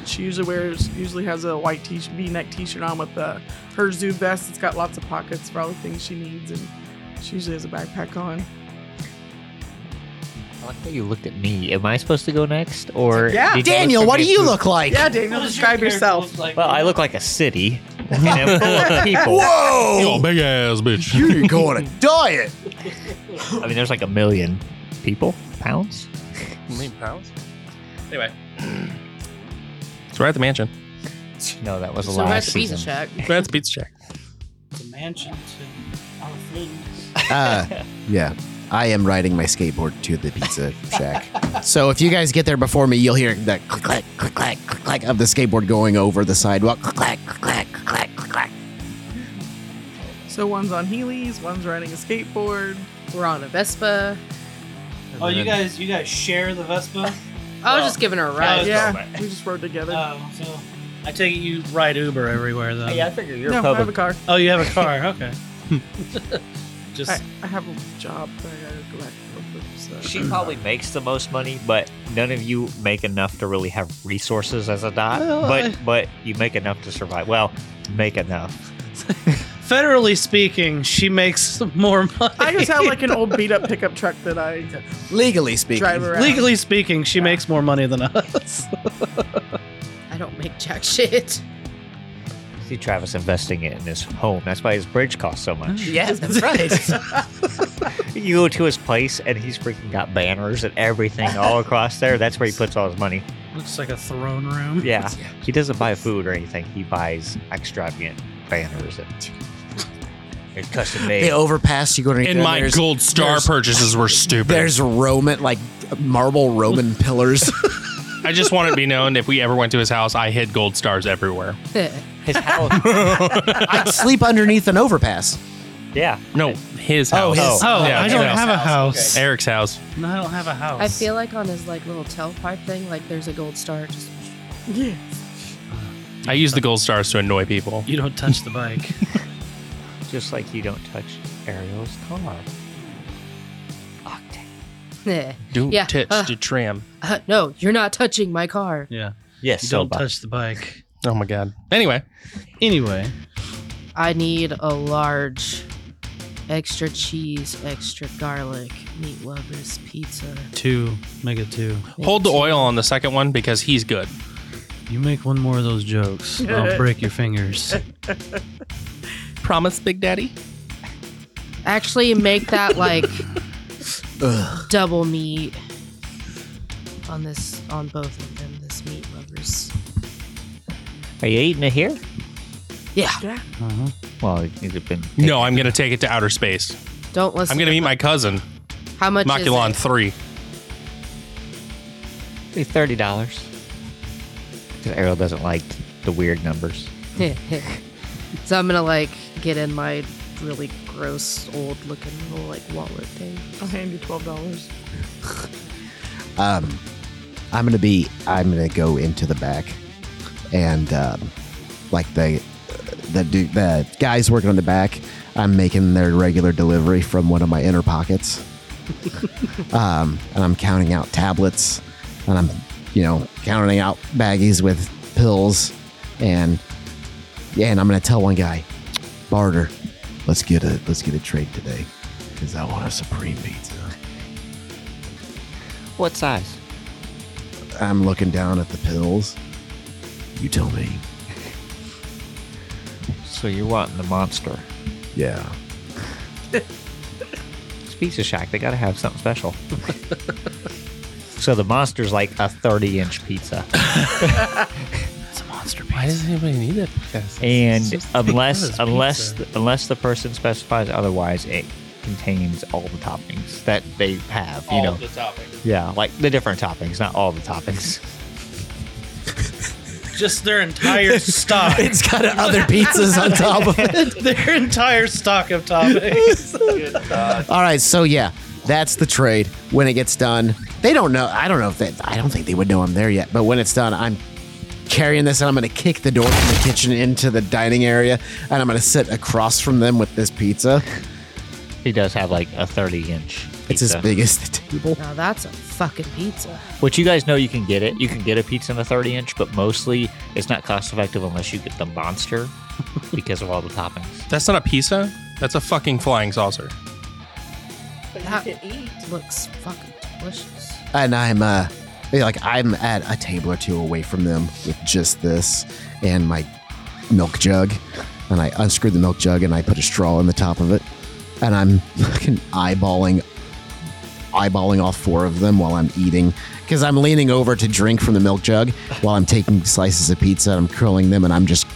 She usually wears usually has a white t V neck t shirt on with the her zoo vest. It's got lots of pockets for all the things she needs and she usually has a backpack on.
I like how you looked at me. Am I supposed to go next, or
Yeah.
did
Daniel,
for
what
me
do you
too?
look like?
Yeah, Daniel, describe yourself.
Well, I look like a *laughs* city, you know, full of *laughs* people.
Oh, big ass bitch.
*laughs* You're going to diet.
I mean, there's like a million people, pounds.
pounds. Anyway, so we're at the mansion.
No, that was a
So
last
we're at the
season.
pizza shack.
We're at the pizza shack.
the mansion to our friend.
*laughs*
Uh, yeah. I am riding my skateboard to the pizza shack. So if you guys get there before me, you'll hear that click, clack, click, clack, click, clack of the skateboard going over the sidewalk. Click, clack, click, clack, click, clack, click, clack.
So one's on Heelys, one's riding a skateboard.
We're on a Vespa.
Oh, you guys, you guys share the Vespa.
I was
Well,
just giving her a
yeah,
ride.
yeah, we just rode together.
Oh, so I take it you ride Uber everywhere though.
Hey, I figure you're
no, I have a
public.
car.
Oh, you have a *laughs* car. Okay. Just
I, I have a job that I gotta go back to. work, So.
She probably makes the most money, but none of you make enough to really have resources as a dot.
Well,
but
I-
but you make enough to survive. Well, make enough.
federally speaking, she makes *laughs* more money.
I just have
*laughs*
like an old beat up pickup truck that I
Legally speaking.
drive around.
legally speaking, she makes more money than us.
I don't make jack shit.
See Travis investing it in his home. That's why his bridge costs so much.
Yeah, that's
*laughs*
right.
You go to his place and he's freaking got banners and everything *laughs* all across there. That's where he puts all his money.
Looks like a throne room.
*laughs* Yeah. He doesn't buy food or anything. He buys extravagant banners and *laughs* they're custom made.
the overpass you go
*laughs*
underneath
And
there,
my
there's,
gold star
there's-
purchases were stupid.
There's Roman, like marble Roman pillars.
I just want it to be known if we ever went to his house, I hid gold stars everywhere.
His house.
I'd sleep underneath an overpass.
yeah.
No, his house.
his-
Oh,
Yeah,
I don't
house.
have a house.
Eric's house.
No, I don't have a house.
I feel like on his like little tailpipe thing, like there's a gold star. Just
Yeah.
I use the gold stars to annoy people.
you don't touch the bike.
Just like you don't touch Ariel's car. Octane.
Meh.
Do
Yeah,
tits
uh.
to tram.
Uh, no, you're not touching my car.
yeah,
Yes,
you
so
don't touch the bike.
Oh my god. Anyway,
Anyway,
I need a large, extra cheese, extra garlic, meat lovers pizza.
two, make it two.
hold the oil on the second one because he's good.
You make one more of those jokes, I'll break your fingers.
Promise, Big Daddy.
Actually, make that like
Ugh.
double meat on this on both of them. This meat lovers.
Are you eating it here?
Yeah,
Uh-huh.
Well, it needs to have been.
No, I'm gonna take it to outer space.
don't listen.
I'm gonna meet my cousin,
How much is
Maculon
it?
Three.
Be thirty dollars. Because Ariel doesn't like the weird numbers.
*laughs* so I'm gonna like get in my really gross old looking little like wallet thing.
I'll hand you twelve dollars.
Um, I'm gonna be. I'm gonna go into the back, and um, like the the du- the guys working on the back, I'm making their regular delivery from one of my inner pockets, um, and I'm counting out tablets, and I'm you know counting out baggies with pills, and yeah, and I'm gonna tell one guy, barter, let's get a let's get a trade today, because I want a supreme pizza.
What size?
I'm looking down at the pills. You tell me.
So you're wanting the monster?
Yeah.
It's Pizza Shack. They gotta have something *laughs* special. so the monster's like a thirty-inch pizza,
It's a monster
Why does anybody need it?
and unless
pizza.
unless unless the person specifies otherwise, it contains all the toppings that they have. You know, yeah, like the different toppings, not all the
*laughs*
toppings.
Just their entire stock.
It's got other pizzas on top of it.
*laughs* their entire stock of
*laughs*
topics.
*laughs* All right, so yeah, that's the trade. When it gets done, they don't know. I don't know if they, I don't think they would know I'm there yet, but when it's done, I'm carrying this and I'm going to kick the door from the kitchen into the dining area and I'm going to sit across from them with this pizza.
He does have like a thirty-inch.
It's as big as the table.
Now that's a fucking pizza.
Which you guys know you can get it. You can get a pizza in a 30 inch, but mostly it's not cost effective unless you get the
*laughs*
monster because of all the toppings.
That's not a pizza. That's a fucking flying saucer.
That looks fucking delicious.
and I'm uh like I'm at a table or two away from them with just this and my milk jug and I unscrew the milk jug and I put a straw in the top of it and I'm *laughs* fucking eyeballing eyeballing all four of them while I'm eating because I'm leaning over to drink from the milk jug while I'm taking slices of pizza and I'm curling them and I'm just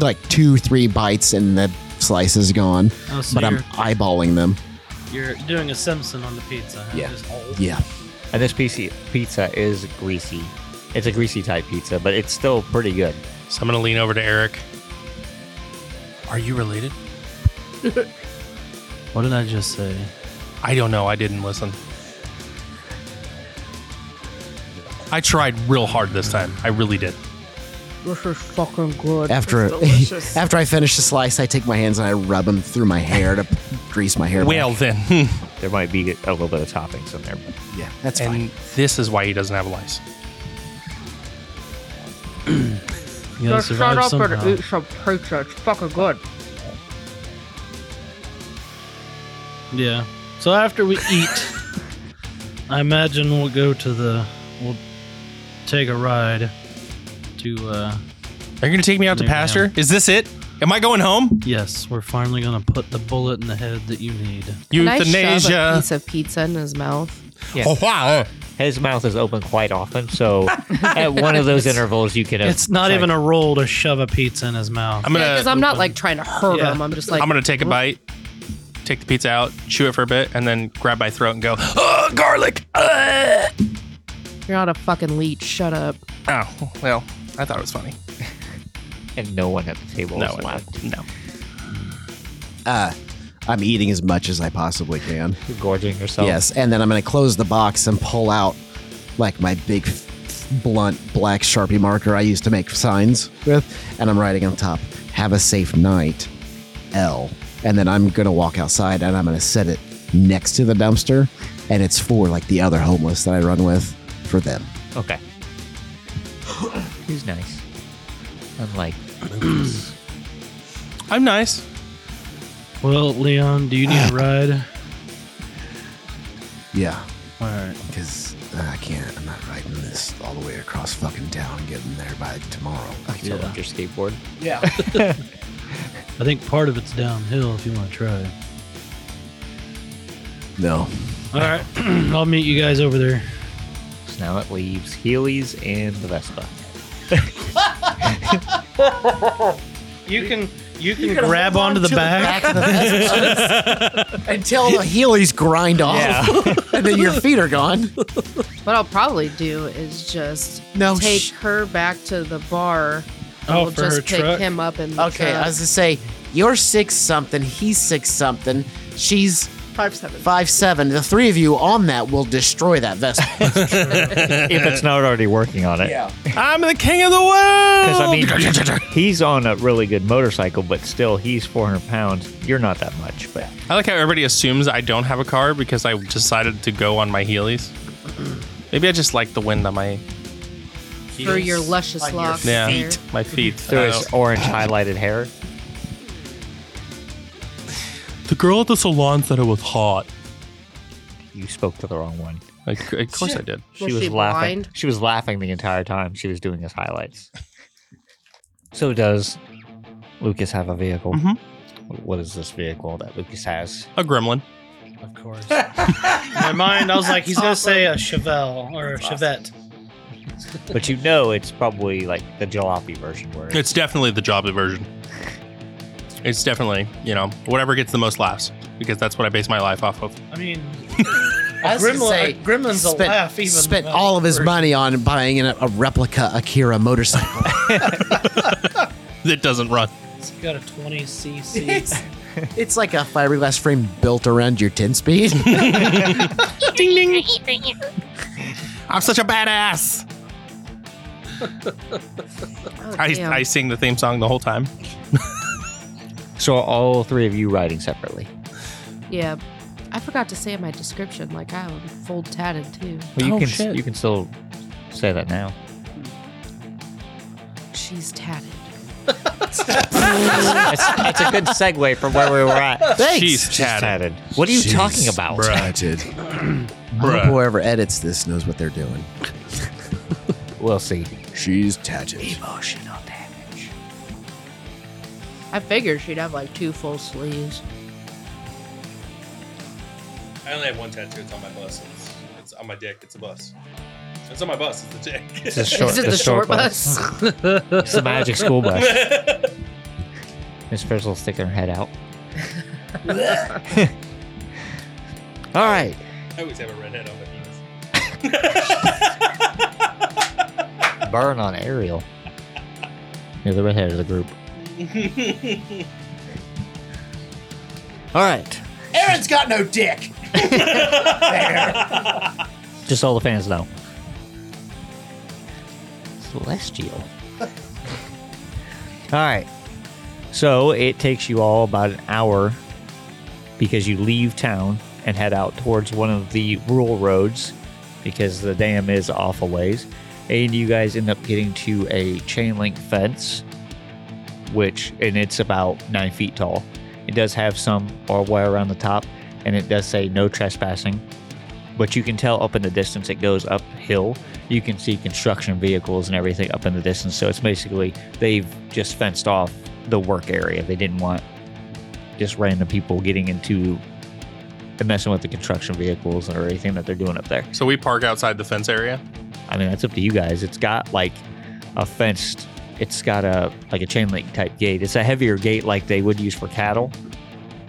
like two three bites and the slice is gone
Oh, so
but I'm
you're-
eyeballing them
You're doing a Simpson on the pizza. huh?
Yeah.
Just-
yeah
And this PC pizza is greasy. It's a greasy type pizza, but it's still pretty good.
So I'm gonna lean over to Eric. Are you related?
What did I just say?
I don't know. I didn't listen. I tried real hard this time. I really did.
This is fucking good.
After *laughs*
delicious.
after I finish the slice, I take my hands and I rub them through my hair to grease my hair. back.
Well, then. *laughs*
There might be a little bit of toppings in there. but
yeah, that's fine.
and this is why he doesn't have a lice.
You gotta survive somehow.
eat some pizza. It's fucking good.
Yeah. So after we eat, I imagine we'll go to the. We'll take a ride to. uh
Are you going to take me out to
There you
pasture? Is this it? Am I going home?
Yes, we're finally gonna put the bullet in the head that you need.
Can I shove a
Euthanasia.
piece of pizza in his mouth?
Yeah.
Oh, wow.
His mouth is open quite often, so at one of those intervals, you can.
It's not
try-
even a roll to shove a pizza in his mouth.
I'm
Yeah,
going
because
to
I'm not like trying to hurt
Yeah.
him. I'm just like
I'm going to take a bite, take the pizza out, chew it for a bit, and then grab my throat and go, "Oh, garlic." Ugh."
you're not a fucking leech. Shut up.
Oh, well, I thought it was funny.
And no one at the table
No,
is
it-
allowed.
no.
Uh, I'm eating as much as I possibly can.
You're gorging yourself.
Yes, and then I'm going to close the box and pull out like my big f- blunt black Sharpie marker I used to make signs with, and I'm writing on top, "Have a safe night, L." And then I'm going to walk outside and I'm going to set it next to the dumpster, and it's for like the other homeless that I run with for them.
Okay. *gasps* He's nice. Unlike
I'm nice.
Well, Leon, do you *sighs* need a ride?
Yeah,
All right.
because I can't. I'm not riding this all the way across fucking town and getting there by tomorrow.
yeah. your skateboard.
I think part of it's downhill if you want to try.
No,
All right. *clears throat* I'll meet you guys over there.
So now it leaves Healy's and the Vespa.
You can you can grab onto the back.
until the Heelys
*laughs*
grind off, and then your feet are gone.
*laughs* What I'll probably do is just
No,
take
sh-
her back to the bar. and
Oh,
we'll
for
just
her
pick
truck?
him up and
Okay, I was gonna say you're six something, he's six something, she's
Five seven.
five seven. The three of you on that will destroy that vessel.
if it's not already working on it. Yeah.
I'm the king of the world.
Because I mean, he's on a really good motorcycle, but still, he's 400 pounds. You're not that much, but
I like how everybody assumes I don't have a car because I decided to go on my Heelys. Maybe I just like the wind on my
for your luscious locks.
yeah,
there.
my feet.
through
I don't
his orange highlighted hair.
know. The girl at the salon said it was hot.
You spoke to the wrong one.
Like, of course I did.
She
Was
was
she
laughing.
blind?
She was laughing the entire time she was doing his highlights. so does Lucas have a vehicle?
Mhm.
Mm-hmm.
What is this vehicle that Lucas has?
A gremlin.
Of course. In my mind, I was like, he's gonna say a Chevelle or a Chevette.
but you know it's probably like the jalopy version where
It's definitely the job *laughs* version. It's definitely, you know, whatever gets the most laughs because that's what I base my life off of.
I mean,
I was gonna
Gremlin-
say,
Gremlin's a
spent,
laugh even
spent
though-
all of his money on buying a, a replica
*laughs*
Akira motorcycle.
It doesn't run.
it's got a 20 *laughs* cc.
it's like a fiberglass frame built around your ten speed.
I'm such a badass.
Oh,
I,
damn.
I sing the theme song the whole time.
so are all three of you riding separately.
yeah. I forgot to say in my description, like I'm full tatted too.
Well, you
Oh,
can
shit.
you can still say that now.
She's tatted.
It's, it's a good segue from where we were
*laughs*
at.
Thanks.
She's chatted.
Tatted. What
*laughs*
are you talking about? *clears throat*
I hope
Bruh.
whoever edits this knows what they're doing.
We'll see.
She's tatted.
Emotional damage.
I figured she'd have like two full sleeves.
I only have one tattoo. It's on my bus. It's, it's on my dick. It's a bus. It's on my bus. It's a dick. *laughs*
It's a short,
Is it
a
the short
bus.
bus? *laughs*
It's the magic school
*laughs*
bus. Miss Frizzle's sticking her head out.
*laughs*
All right.
I always have a redhead on my penis.
Burn on Ariel.
*laughs*
You're the redhead of the group. All right.
Aaron's got no
*laughs*
dick.
Just all the fans know. Celestial.
*laughs*
all right. So it takes you all about an hour because you leave town and head out towards one of the rural roads because the dam is off a ways. And you guys end up getting to a chain link fence, which, and it's about nine feet tall. It does have some barbed wire around the top, and it does say no trespassing but you can tell up in the distance it goes uphill. You can see construction vehicles and everything up in the distance. So it's basically they've just fenced off the work area. They didn't want just random people getting into and messing with the construction vehicles or anything that they're doing up there.
So we park outside the fence area.
I mean, that's up to you guys. It's got like a fenced, it's got a like a chain link type gate. It's a heavier gate like they would use for cattle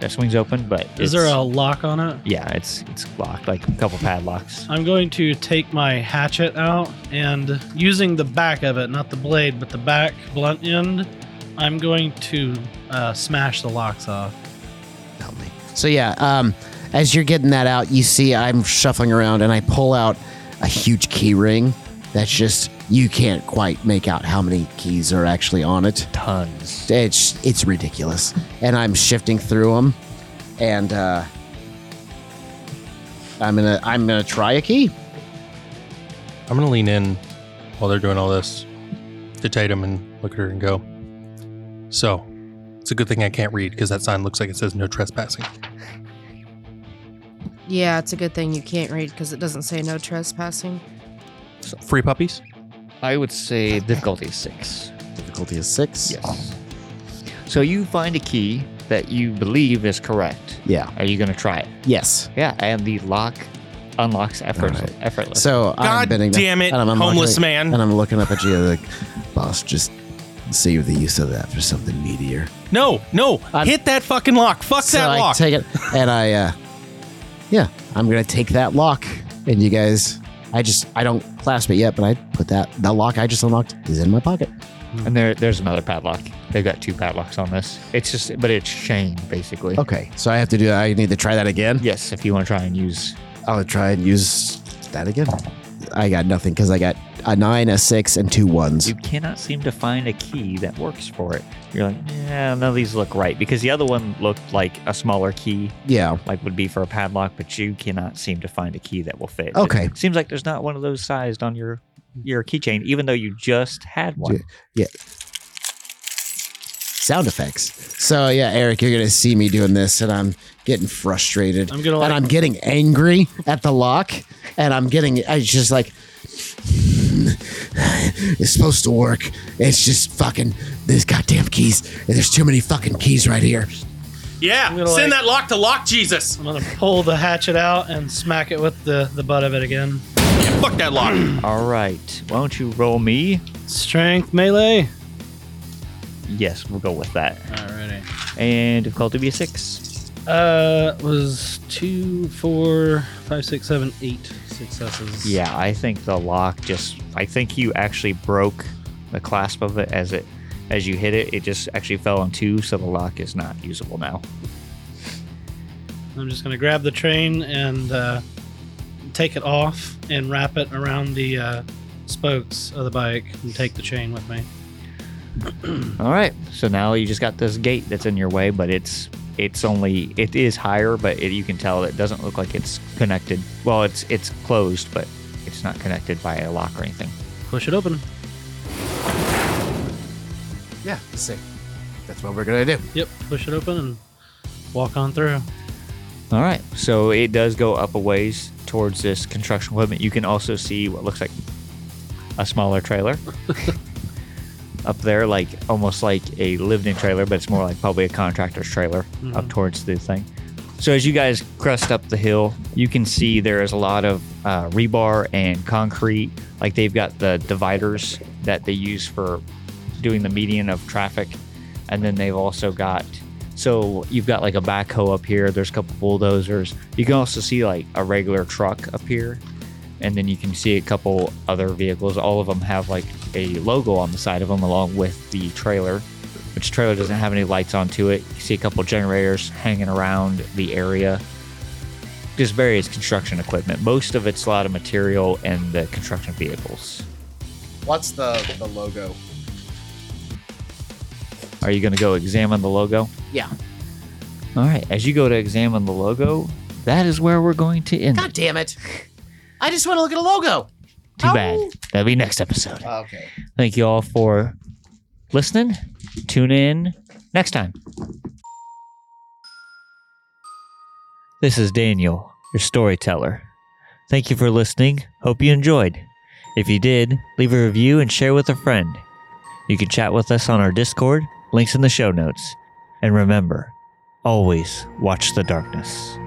that swings open, but
Is there
it's-
a lock on it?
yeah, it's it's locked like a couple padlocks.
I'm going to take my hatchet out and using the back of it, not the blade, but the back blunt end, I'm going to uh, smash the locks off.
Help me. So yeah, um, as you're getting that out, you see I'm shuffling around and I pull out a huge key ring that's just you can't quite make out how many keys are actually on it.
Tons.
It's it's ridiculous, and I'm shifting through them, and uh, I'm gonna I'm gonna try a key.
I'm gonna lean in while they're doing all this to Tatum and look at her and go. So, it's a good thing I can't read because that sign looks like it says no trespassing.
Yeah, it's a good thing you can't read because it doesn't say no trespassing.
Free puppies.
I would say difficulty is six.
Difficulty is six.
Yes. So you find a key that you believe is correct.
Yeah.
Are you going to try it?
Yes.
Yeah, and the lock unlocks effort-
All right.
effortless.
So I'm
God
bending down,
damn it,
and I'm unlocking
homeless
it,
man.
and I'm looking up at you like, boss, just save the use of that for something meatier.
No, no,
I'm-
hit that fucking lock. Fuck
so
that
I
lock.
take it, and I, uh, yeah, I'm gonna take that lock, and you guys, I just, I don't clasp it yet, but I put that that lock I just unlocked is in my pocket.
and there, there's another padlock. They've got two padlocks on this. It's just, but it's chained basically.
Okay, so I have to do. I need to try that again.
Yes, if you want to try and use.
I'll try and use that again. I got nothing because I got a nine, a six, and two ones.
You cannot seem to find a key that works for it. You're like, yeah, none of these look right because the other one looked like a smaller key.
Yeah.
like would be for a padlock, but you cannot seem to find a key that will fit.
Okay.
It seems like there's not one of those sized on your your keychain, even though you just had one.
sound effects. So yeah, Eric, you're gonna see me doing this, and I'm getting frustrated.
I'm gonna like-
and I'm getting angry at the lock, and I'm getting. I just like *sighs* it's supposed to work. It's just fucking these goddamn keys. And there's too many fucking keys right here.
yeah,
gonna send like-
that lock to Lock Jesus.
I'm going to pull the hatchet out and smack it with the, the butt of it again.
Yeah, fuck that lock.
All right. Why don't you roll me?
Strength melee.
Yes, we'll go with that.
Alrighty.
And difficulty be a six.
Uh, it was two, four, five, six, seven, eight successes.
Yeah, I think the lock just. I think you actually broke the clasp of it as it as you hit it. It just actually fell on two, so the lock is not usable now.
I'm just going to grab the train and uh, take it off and wrap it around the uh, spokes of the bike and take the chain with me.
All right. So now you just got this gate that's in your way, but it's it's only it is higher, but it, you can tell it doesn't look like it's connected. Well, it's it's closed, but it's not connected by a lock or anything.
Push it open.
Yeah, sick. That's what we're gonna do.
Yep, push it open and walk on through.
All right. So it does go up a ways towards this construction equipment. You can also see what looks like a smaller *laughs* trailer up there, like almost like a lived in trailer, but it's more like probably a contractor's trailer up
Mhm.
towards the thing. So as you guys crest up the hill, you can see there is a lot of uh, rebar and concrete. Like they've got the dividers that they use for doing the median of traffic, and then they've also got. So you've got like a backhoe up here. There's a couple bulldozers. You can also see like a regular truck up here, and then you can see a couple other vehicles. All of them have like a logo on the side of them, along with the trailer. which the trailer doesn't have any lights onto it. You see a couple generators hanging around the area. Just various construction equipment. Most of it's a lot of material and the construction vehicles.
What's the the logo?
Are you going to go examine the logo?
Yeah.
All right. As you go to examine the logo, that is where we're going to end.
God damn it! I just want to look at a logo.
Too bad. That'll be next episode.
Okay.
Thank you all for listening. Tune in next time. This is Daniel, your storyteller. Thank you for listening. Hope you enjoyed. If you did, leave a review and share with a friend. You can chat with us on our Discord, links in the show notes. And remember, always watch the darkness.